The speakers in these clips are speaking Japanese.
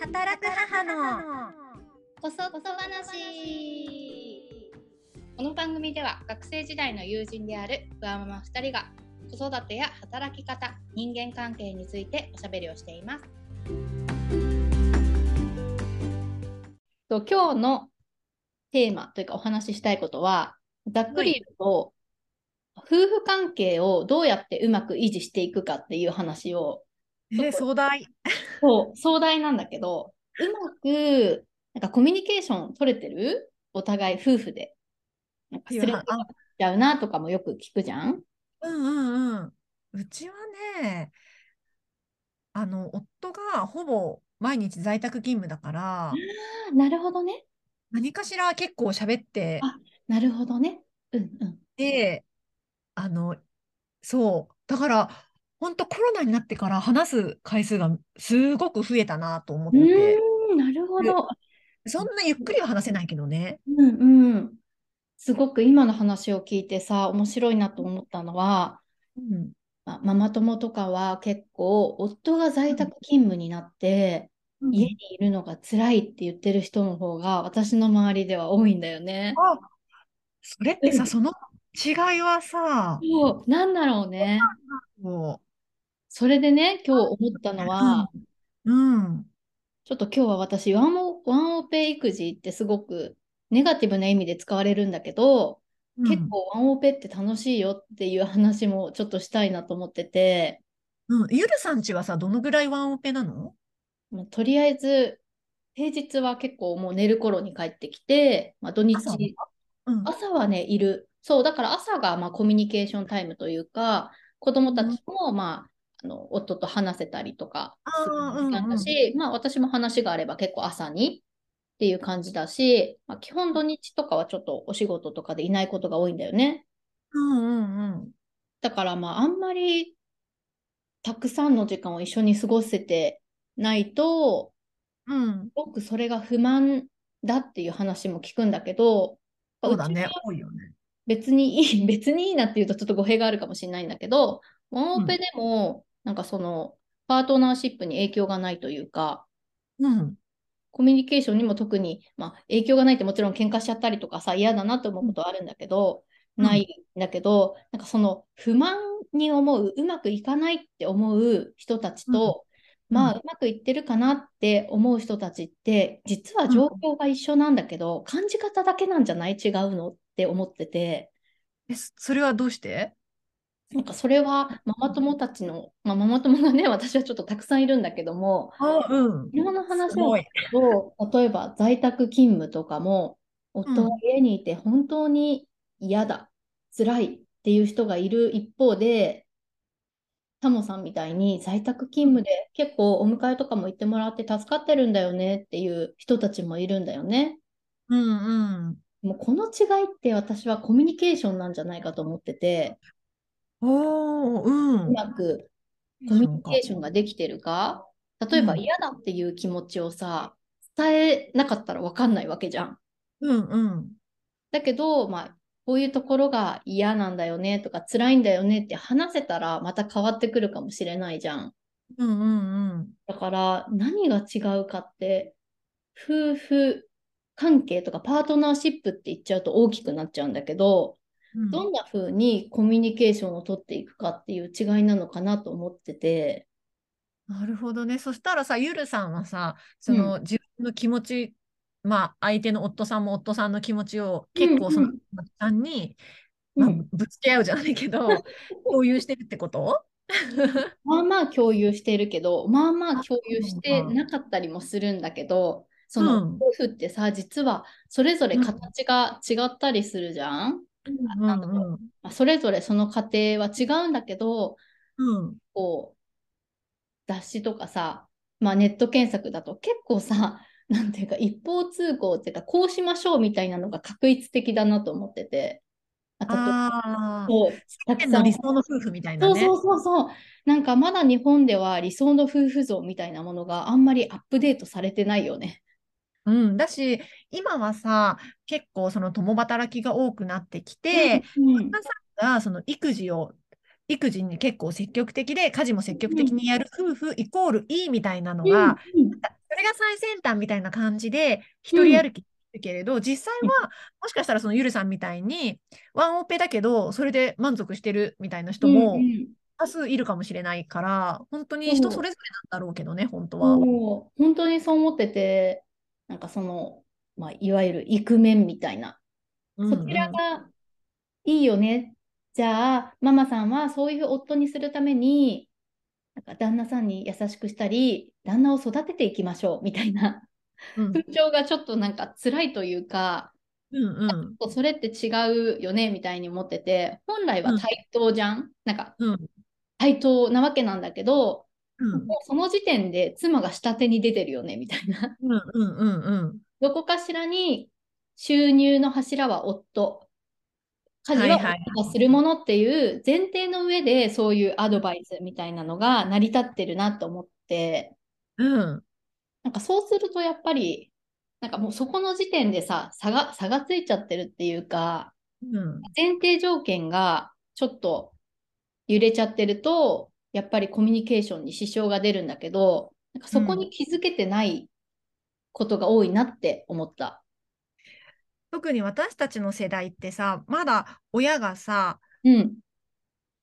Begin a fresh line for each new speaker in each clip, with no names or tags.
働く母の
こそっと話この番組では学生時代の友人であるふわママ2人が子育てや働き方人間関係についておしゃべりをしていますと今日のテーマというかお話ししたいことはざっくり言うと、夫婦関係をどうやってうまく維持していくかっていう話を
えー、壮大
そう壮大なんだけどうまくなんかコミュニケーション取れてるお互い夫婦で。なんかすれ違っちゃうなとかもよく聞くじゃん
うんうんうんうちはねあの夫がほぼ毎日在宅勤務だから
あなるほどね。
何かしら結構喋って
あなるほどね。うんうん。
であのそうだから本当コロナになってから話す回数がすごく増えたなと思ってて
うーんなるほど。
そんなゆっくりは話せないけどね
うんうん。すごく今の話を聞いてさ、面白いなと思ったのは、
うん
まママ友とかは結構、夫が在宅勤務になって、家にいるのが辛いって言ってる人の方が、私の周りでは多いんだよね。
あそれって
う
さ
ん
その違いはさ
そう、なんだろうね。
こ
それでね、今日思ったのは、
ううん
ちょっと今日は私、ワンオ、ワンオペ育児ってすごくネガティブな意味で使われるんだけど、結構ワンオペって楽しいよっていう話もちょっとしたいなと思ってて、
うん、うん、ゆるさんちはさどのぐらいワンオペなの
まあとりあえず、平日は結構もう寝る頃に帰ってきて、まあ、土日、
朝はうん
朝はね、いる。そう、だから朝がまあコミュニケーションタイムというか、子供たちも、まあ、あの夫と話せたりとかする
あーうん
時間だし、まあ私も話があれば結構朝にっていう感じだし、まあ、基本土日とかはちょっとお仕事とかでいないことが多いんだよね。
うんうんうん
だからまああんまりたくさんの時間を一緒に過ごせてないと、
うん
すごくそれが不満だっていう話も聞くんだけど、
そうだね
ちは
多いよね
別にいい、 別にいいなっていうとちょっと語弊があるかもしれないんだけど、ワンオペでも、なんかその、パートナーシップに影響がないというか、
うん
コミュニケーションにも特に、まあ、影響がないってもちろん喧嘩しちゃったりとかさ、嫌だなと思うことあるんだけど、
うん
ないんだけど、なんかその不満に思う、うまくいかないって思う人たちと、
うん
まあ
うん
うまくいってるかなって思う人たちって、実は状況が一緒なんだけど、感じ方だけなんじゃない違うのって思ってて。
えそそれはどうして
なんかそれはママ友たちの、まあ、ママ友がね、 私はちょっとたくさんいるんだけども、
あうん
いろんな
す
話を
ご
聞
い
くと、例えば在宅勤務とかも、夫は家にいて本当に嫌だ、辛いっていう人がいる一方で、タモさんみたいに在宅勤務で結構お迎えとかも行ってもらって助かってるんだよねっていう人たちもいるんだよね。
うんうん
もうこの違いって私はコミュニケーションなんじゃないかと思ってて、
おーうん
うまくコミュニケーション
が
ができてるか例えば
うん
嫌だっていう気持ちをさ伝えなかったら分かんないわけじゃん。
うんうん
だけど、まあ、こういうところが嫌なんだよねとか辛いんだよねって話せたらまた変わってくるかもしれないじゃん。
うんうんうん
だから何が違うかって夫婦関係とかパートナーシップって言っちゃうと大きくなっちゃうんだけど
うん
どんな風にコミュニケーションをとっていくかっていう違いなのかなと思ってて。
なるほどね。そしたらさ、ゆるさんはさ、その自分の気持ち、まあ相手の夫さんも夫さんの気持ちを結構その
うんう
夫さんに、
う
まあ、
ん
ぶつけ合うじゃないけど、 共有してるってこと
まあまあ共有してるけど、まあまあ共有して
あそう
なかったりもするんだけど、そうの
ん
夫婦ってさ、実はそれぞれ形が違ったりするじゃん。
うん
なんだろ
うん
まあそれぞれその家庭は違うんだけど、
うん
こう、雑誌とかさ、まあネット検索だと結構さ、 なんていうか一方通行っていうか、こうしましょうみたいなのが確一的だなと思ってて。あ例えば
ああ、
そうたく
世間
さ
の
ん
理想の夫婦みたいな
そう
ね。
そうそうそう。なんかまだ日本では理想の夫婦像みたいなものがあんまりアップデートされてないよね。
うん、だし、今はさ、結構その共働きが多くなってきて、
う
旦
ん
那さんがその育児を育児に結構積極的で家事も積極的にやる夫婦イコールいいみたいなのが、
うん
それれが最先端みたいな感じで、
う
一
ん
人歩きしてるけれど、実際は、もしかしたらそのゆるさんみたいに、ワンオペだけど、それで満足してるみたいな人
う
も
んうん
多数いるかもしれないから、本当
そ
に
う
人それぞれなんだろうけどね、本当は。
そう本当にそう思ってて、なんかその、まあ、いわゆるイクメンみたいな、
うん
そちらがいいよね。じゃあ、ママさんはそういう夫にするために、なんか旦那さんに優しくしたり、旦那を育てていきましょうみたいな
うんうん
風潮がちょっとなんか辛いというか、
うんうん
それって違うよねみたいに思ってて、本来は対等じゃん、なんか
うん
対等なわけなんだけど、
うん
もうその時点で妻が下手に出てるよねみたいな。
うんうんうんうん
どこかしらに収入の柱は夫、家事は
はいはい
夫がするものっていう前提の上でそういうアドバイスみたいなのが成り立ってるなと思って、
うん
なんかそうするとやっぱり、なんかもうそこの時点でさ、差が、差がついちゃってるっていうか、
うん
前提条件がちょっと揺れちゃってると、やっぱりコミュニケーションに支障が出るんだけど、なんかそこに気づけてないことが多いなって思った。
特に私たちの世代ってさ、まだ親がさ、
うん。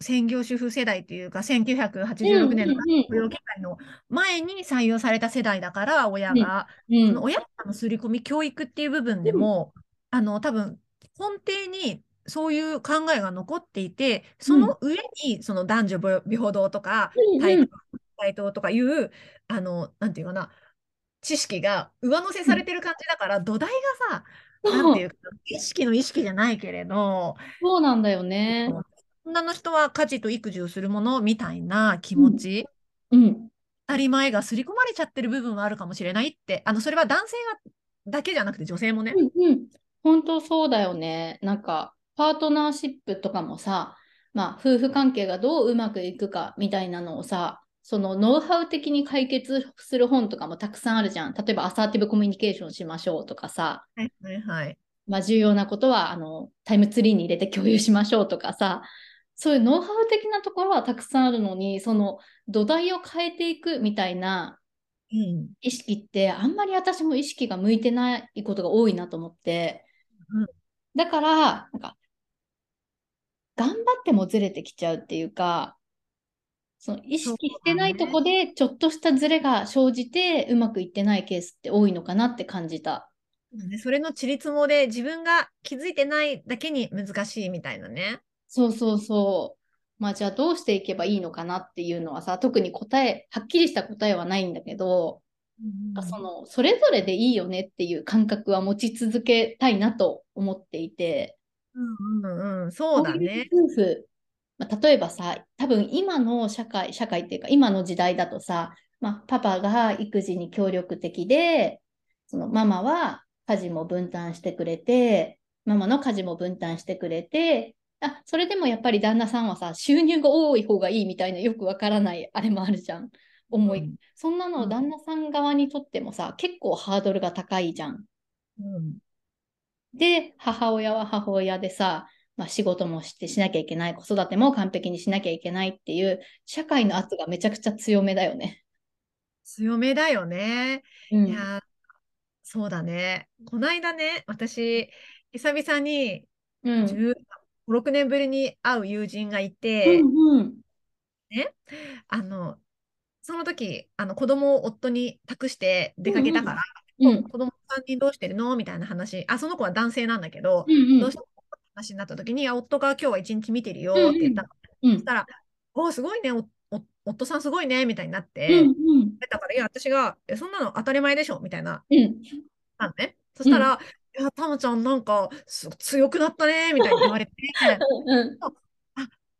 専業主婦世代というか、1986年の
うんうんうん
雇用機会の前に採用された世代だから、親が、
う
そ
ん
の親からの刷り込み、教育っていう部分でも、あの多分根底にそういう考えが残っていて、その上にその男女平平等とか、対等対等とかいう、あの、なんていうかな、知識が上乗せされてる感じだから、土台がさ、なんていうか、意識の意識じゃないけれど、
そうなんだよね。
女の人は家事と育児をするものみたいな気持ち、
うん。
当たり前が刷り込まれちゃってる部分はあるかもしれないって、あの、それは男性がだけじゃなくて女性もね。
うんうん。本当そうだよね。なんか、パートナーシップとかもさ、まあ、夫婦関係がどううまくいくかみたいなのをさ、そのノウハウ的に解決する本とかもたくさんあるじゃん。例えば、アサーティブコミュニケーションしましょうとかさ、
はいはいはい。
まあ、重要なことは、あの、タイムツリーに入れて共有しましょうとかさ、そういうノウハウ的なところはたくさんあるのに、その土台を変えていくみたいな
うん。
意識ってあんまり私も意識が向いてないことが多いなと思って、
うん
だからなんか頑張ってもずれてきちゃうっていうかその意識してないとこでちょっとしたずれが生じてうまくいってないケースって多いのかなって感じた。
ねそれのちりつもで自分が気づいてないだけに難しいみたいなね。
そうそうそう。まあじゃあどうしていけばいいのかなっていうのはさ特に答えはっきりした答えはないんだけど、なんかそのそれぞれでいいよねっていう感覚は持ち続けたいなと思っていて、
うんうんうん、そうだね。
こういう夫婦、まあ、例えばさ、多分今の社会、社会っていうか、今の時代だとさ、まあ、パパが育児に協力的で、そのママは家事も分担してくれて、ママの家事も分担してくれて、あそれでもやっぱり旦那さんはさ、収入が多い方がいいみたいな、よくわからないあれもあるじゃん、思い。
うん
そんなのを旦那さん側にとってもさ、結構ハードルが高いじゃん。
うん
で、母親は母親でさ、まあ、仕事もしてしなきゃいけない、子育ても完璧にしなきゃいけないっていう、社会の圧がめちゃくちゃ強めだよね。
強めだよね。
うん
いやー、そうだね。こないだね、私、久々に
うん
15、6年ぶりに会う友人がいうて、
んうん
あの、その時、あの子供を夫に託して出かけたから、
うん
子供3人どうしてるのみたいな話、あ、その子は男性なんだけど、
うん
どうしても話になった時に、いや夫が今日は一日見てるよって言ったの。
うん
そしたら、おーすごいね、おお夫さんすごいね、みたいになっ
うん
て、
うん
だから、いや、私が、えそんなの当たり前でしょ、みたいな、
うん
なのね。そしたら、いや、たまちゃん、なんか、す強くなったね、みたいに言わ れて、
うん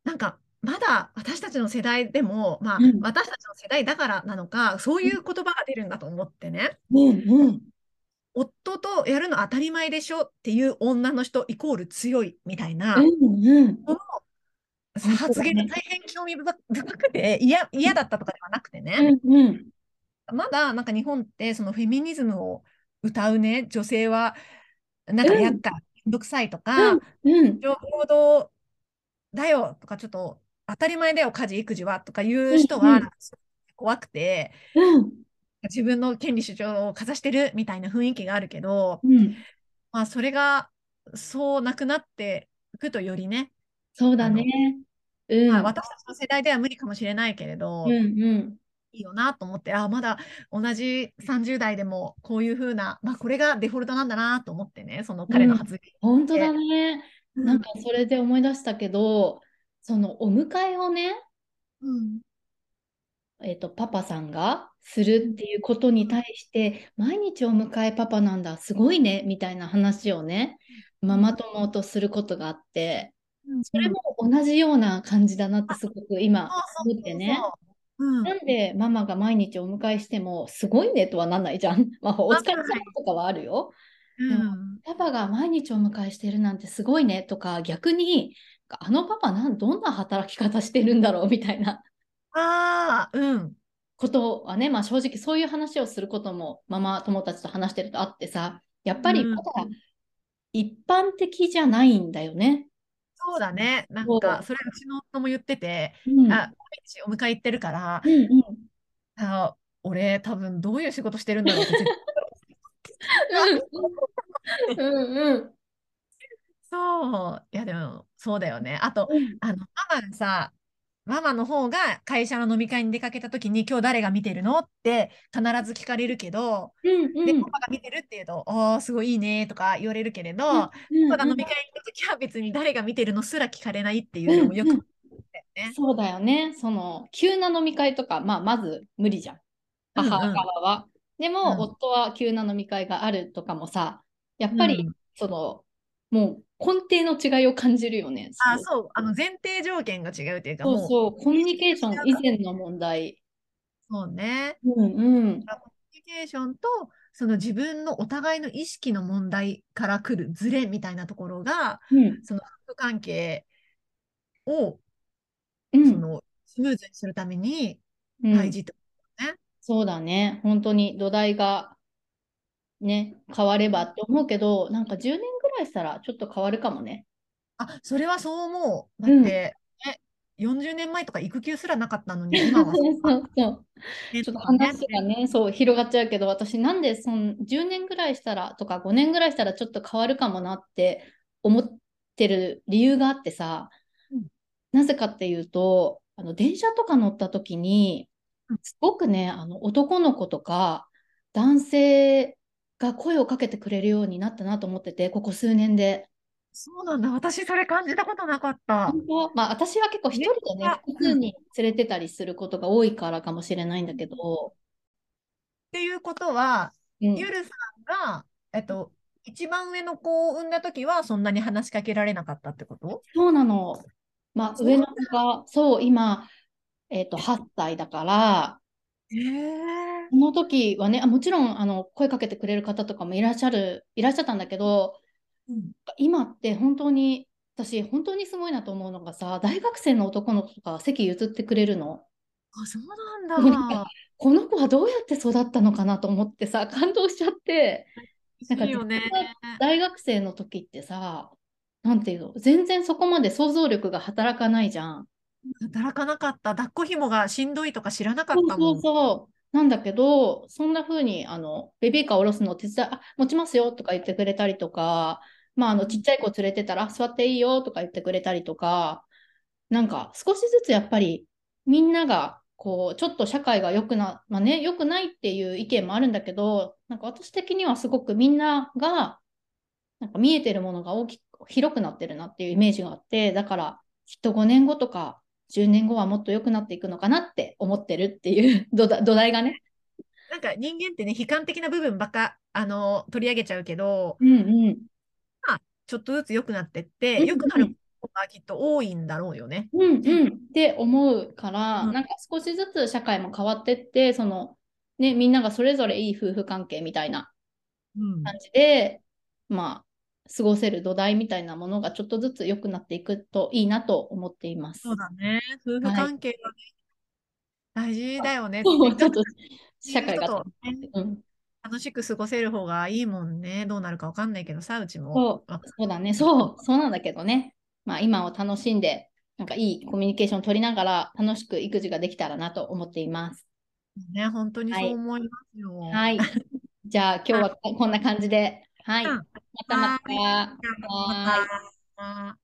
なんか、まだ私たちの世代でも、まあ、
うん
私たちの世代だからなのか、そういう言葉が出るんだと思ってね、
うんうん
夫とやるの当たり前でしょっていう女の人イコール強いみたいな、
うんうん本当だね
発言が大変興味深くて、いや嫌だったとかではなくてね。
うんうん
まだなんか日本ってそのフェミニズムを歌うね女性はなんか厄介、めんどくさいとか、
うん
情報道だよとかちょっと当たり前だよ家事育児はとかいう人
うんう
は
ん
怖くて
うん
自分の権利主張をかざしてるみたいな雰囲気があるけど、
うん、
まあ、それがそうなくなっていくとよりね、
そうだね。うん、
まあ、私たちの世代では無理かもしれないけれど、
うん
い
うん。
いよなと思ってあまだ同じ30代でもこういう風な、まあ、これがデフォルトなんだなと思ってねその彼の発言。
本当だね。
うん
なんかそれで思い出したけど、そのお迎えをね、
うん
えっと、パパさんがするっていうことに対して、毎日お迎えパパなんだ、すごいね、みたいな話をね、ママ友とすることがあって、それも同じような感じだなってすごく今
そうそう
思ってね。
そううん
なんでママが毎日お迎えしても、すごいねとはなんないじゃん。 まあ、お疲れ様とかはあるよ。
うん
パパが毎日お迎えしてるなんてすごいねとか逆にあのパパなんどんな働き方してるんだろうみたいな
ああ、うん。
ことはね、まあ、正直そういう話をすることもママ友達と話してるとあってさやっぱり
うん
まだ一般的じゃないんだよね。
そうだね。なん
そう
か、それ、うちの夫も言ってて、
うん
あ、毎日お迎え行ってるから、
うんうん
あ、俺、多分どういう仕事してるんだろうって絶対。
うんうん
そう。いや、でも、そうだよね。あと、
うん
あの、ママがさ、ママの方が会社の飲み会に出かけたときに、今日誰が見てるのって必ず聞かれるけど、
うん
で、
うん
パパが見てるって言うと、おー、すごいいいねとか言われるけれど、
うん
パパが飲み会に行くときは別に誰が見てるのすら聞かれないっていうのもよくあるんだよね。
そうだよね。その急な飲み会とか、まあ、まず無理じゃん。
うんうん
母側は。でも、
うん
夫は急な飲み会があるとかもさ、やっぱり、
うん
その、もう根底の違いを感じるよね。
あ、そう、あの前提条件が違うっていうか、
そう
もう、
そうコミュニケーション以前の問題。
そうね、
うんうん。
コミュニケーションと、その自分のお互いの意識の問題から来るズレみたいなところが、
うん
その夫婦関係を、
う
そ
ん
の、スムーズにするために
うん
大事と。
そうだね。本当に土台がね、変わればって思うけど、なんか10年ぐらいしたらちょっと変わるかも ね。
あ、それはそう思う。だ
うん
って、ね、40年前とか育休すらなかったのに、 今は、
そうそうそう。
ね
ちょっと
そうね
話がね、そう広がっちゃうけど、私なんでそん10年ぐらいしたらとか5年ぐらいしたらちょっと変わるかもなって思ってる理由があってさ
うん、
なぜかっていうと、あの電車とか乗った時に
うん、
すごくね、あの男の子とか男性が声をかけてくれるようになったなと思ってて、ここ数年で。
そうなんだ、私、それ感じたことなかった。
本当まあ、私は結構一人でね
ね、
複数に連れてたりすることが多いからかもしれないんだけど、
っていうことは、
うん
ゆるさんが、えっと、一番上の子を産んだ時はそんなに話しかけられなかったってこと
そうなの。まあ、
そう
上の子が、そう、今、えっと、8歳だから、
へえ。
この時はね、あ、もちろん、あの、声かけてくれる方とかもいらっしゃる、いらっしゃったんだけど、
うん
今って本当に、私、本当にすごいなと思うのがさ、大学生の男の子とか席譲ってくれるの。
あ、そう
そう
なん
な
だ
ん。この子はどうやって育ったのかなと思ってさ、感動しちゃって、なんか
いいよね。
大学生の時ってさ、なんていうの、全然そこまで想像力が働かないじゃん。
働かなかった。抱っこ紐がしんどいとか知らなかっ
そう
たも
そ
ん。
うそう。なんだけど、そんな風にあのベビーカー下ろすの手伝い、あ、持ちますよとか言ってくれたりとか、まあ、あのちっちゃい子連れてたらあ座っていいよとか言ってくれたりとか、なんか少しずつやっぱりみんながこうちょっと社会が良くな、まあね、良くないっていう意見もあるんだけど、なんか私的にはすごくみんながなんか見えてるものが大きく広くなってるなっていうイメージがあって、だからきっと5年後とか10年後はもっと良くなっていくのかなって思ってるっていう 土台土台がね。
なんか人間ってね、悲観的な部分ばっか、あの、取り上げちゃうけど、
うんうん。
ちょっとずつ良くなってっ
うんう
て、
ん
良くなることがきっと多いんだろうよね。
うんうんって思うから、
うん
なんか少しずつ社会も変わってって、そのね、みんながそれぞれいい夫婦関係みたいな
うん。
感じで、まあ、過ごせる土台みたいなものがちょっとずつ良くなっていくといいなと思っています。
そうだね。夫婦
はい
関係がね、大事だよね。
そう ちょっと社会が、
人とね
うん、
楽しく過ごせる方がいいもんね。どうなるかわかんないけどさ、うちも。
そう
わ
そうだね、そう、そうなんだけどね、まあ、今を楽しんで、なんかいいコミュニケーションを取りながら、楽しく育児ができたらなと思っています。
ね、本当にそう思いますよ。
はい。じゃあ今日はこんな感じで。はい。
うん
またまた。
じゃあまた。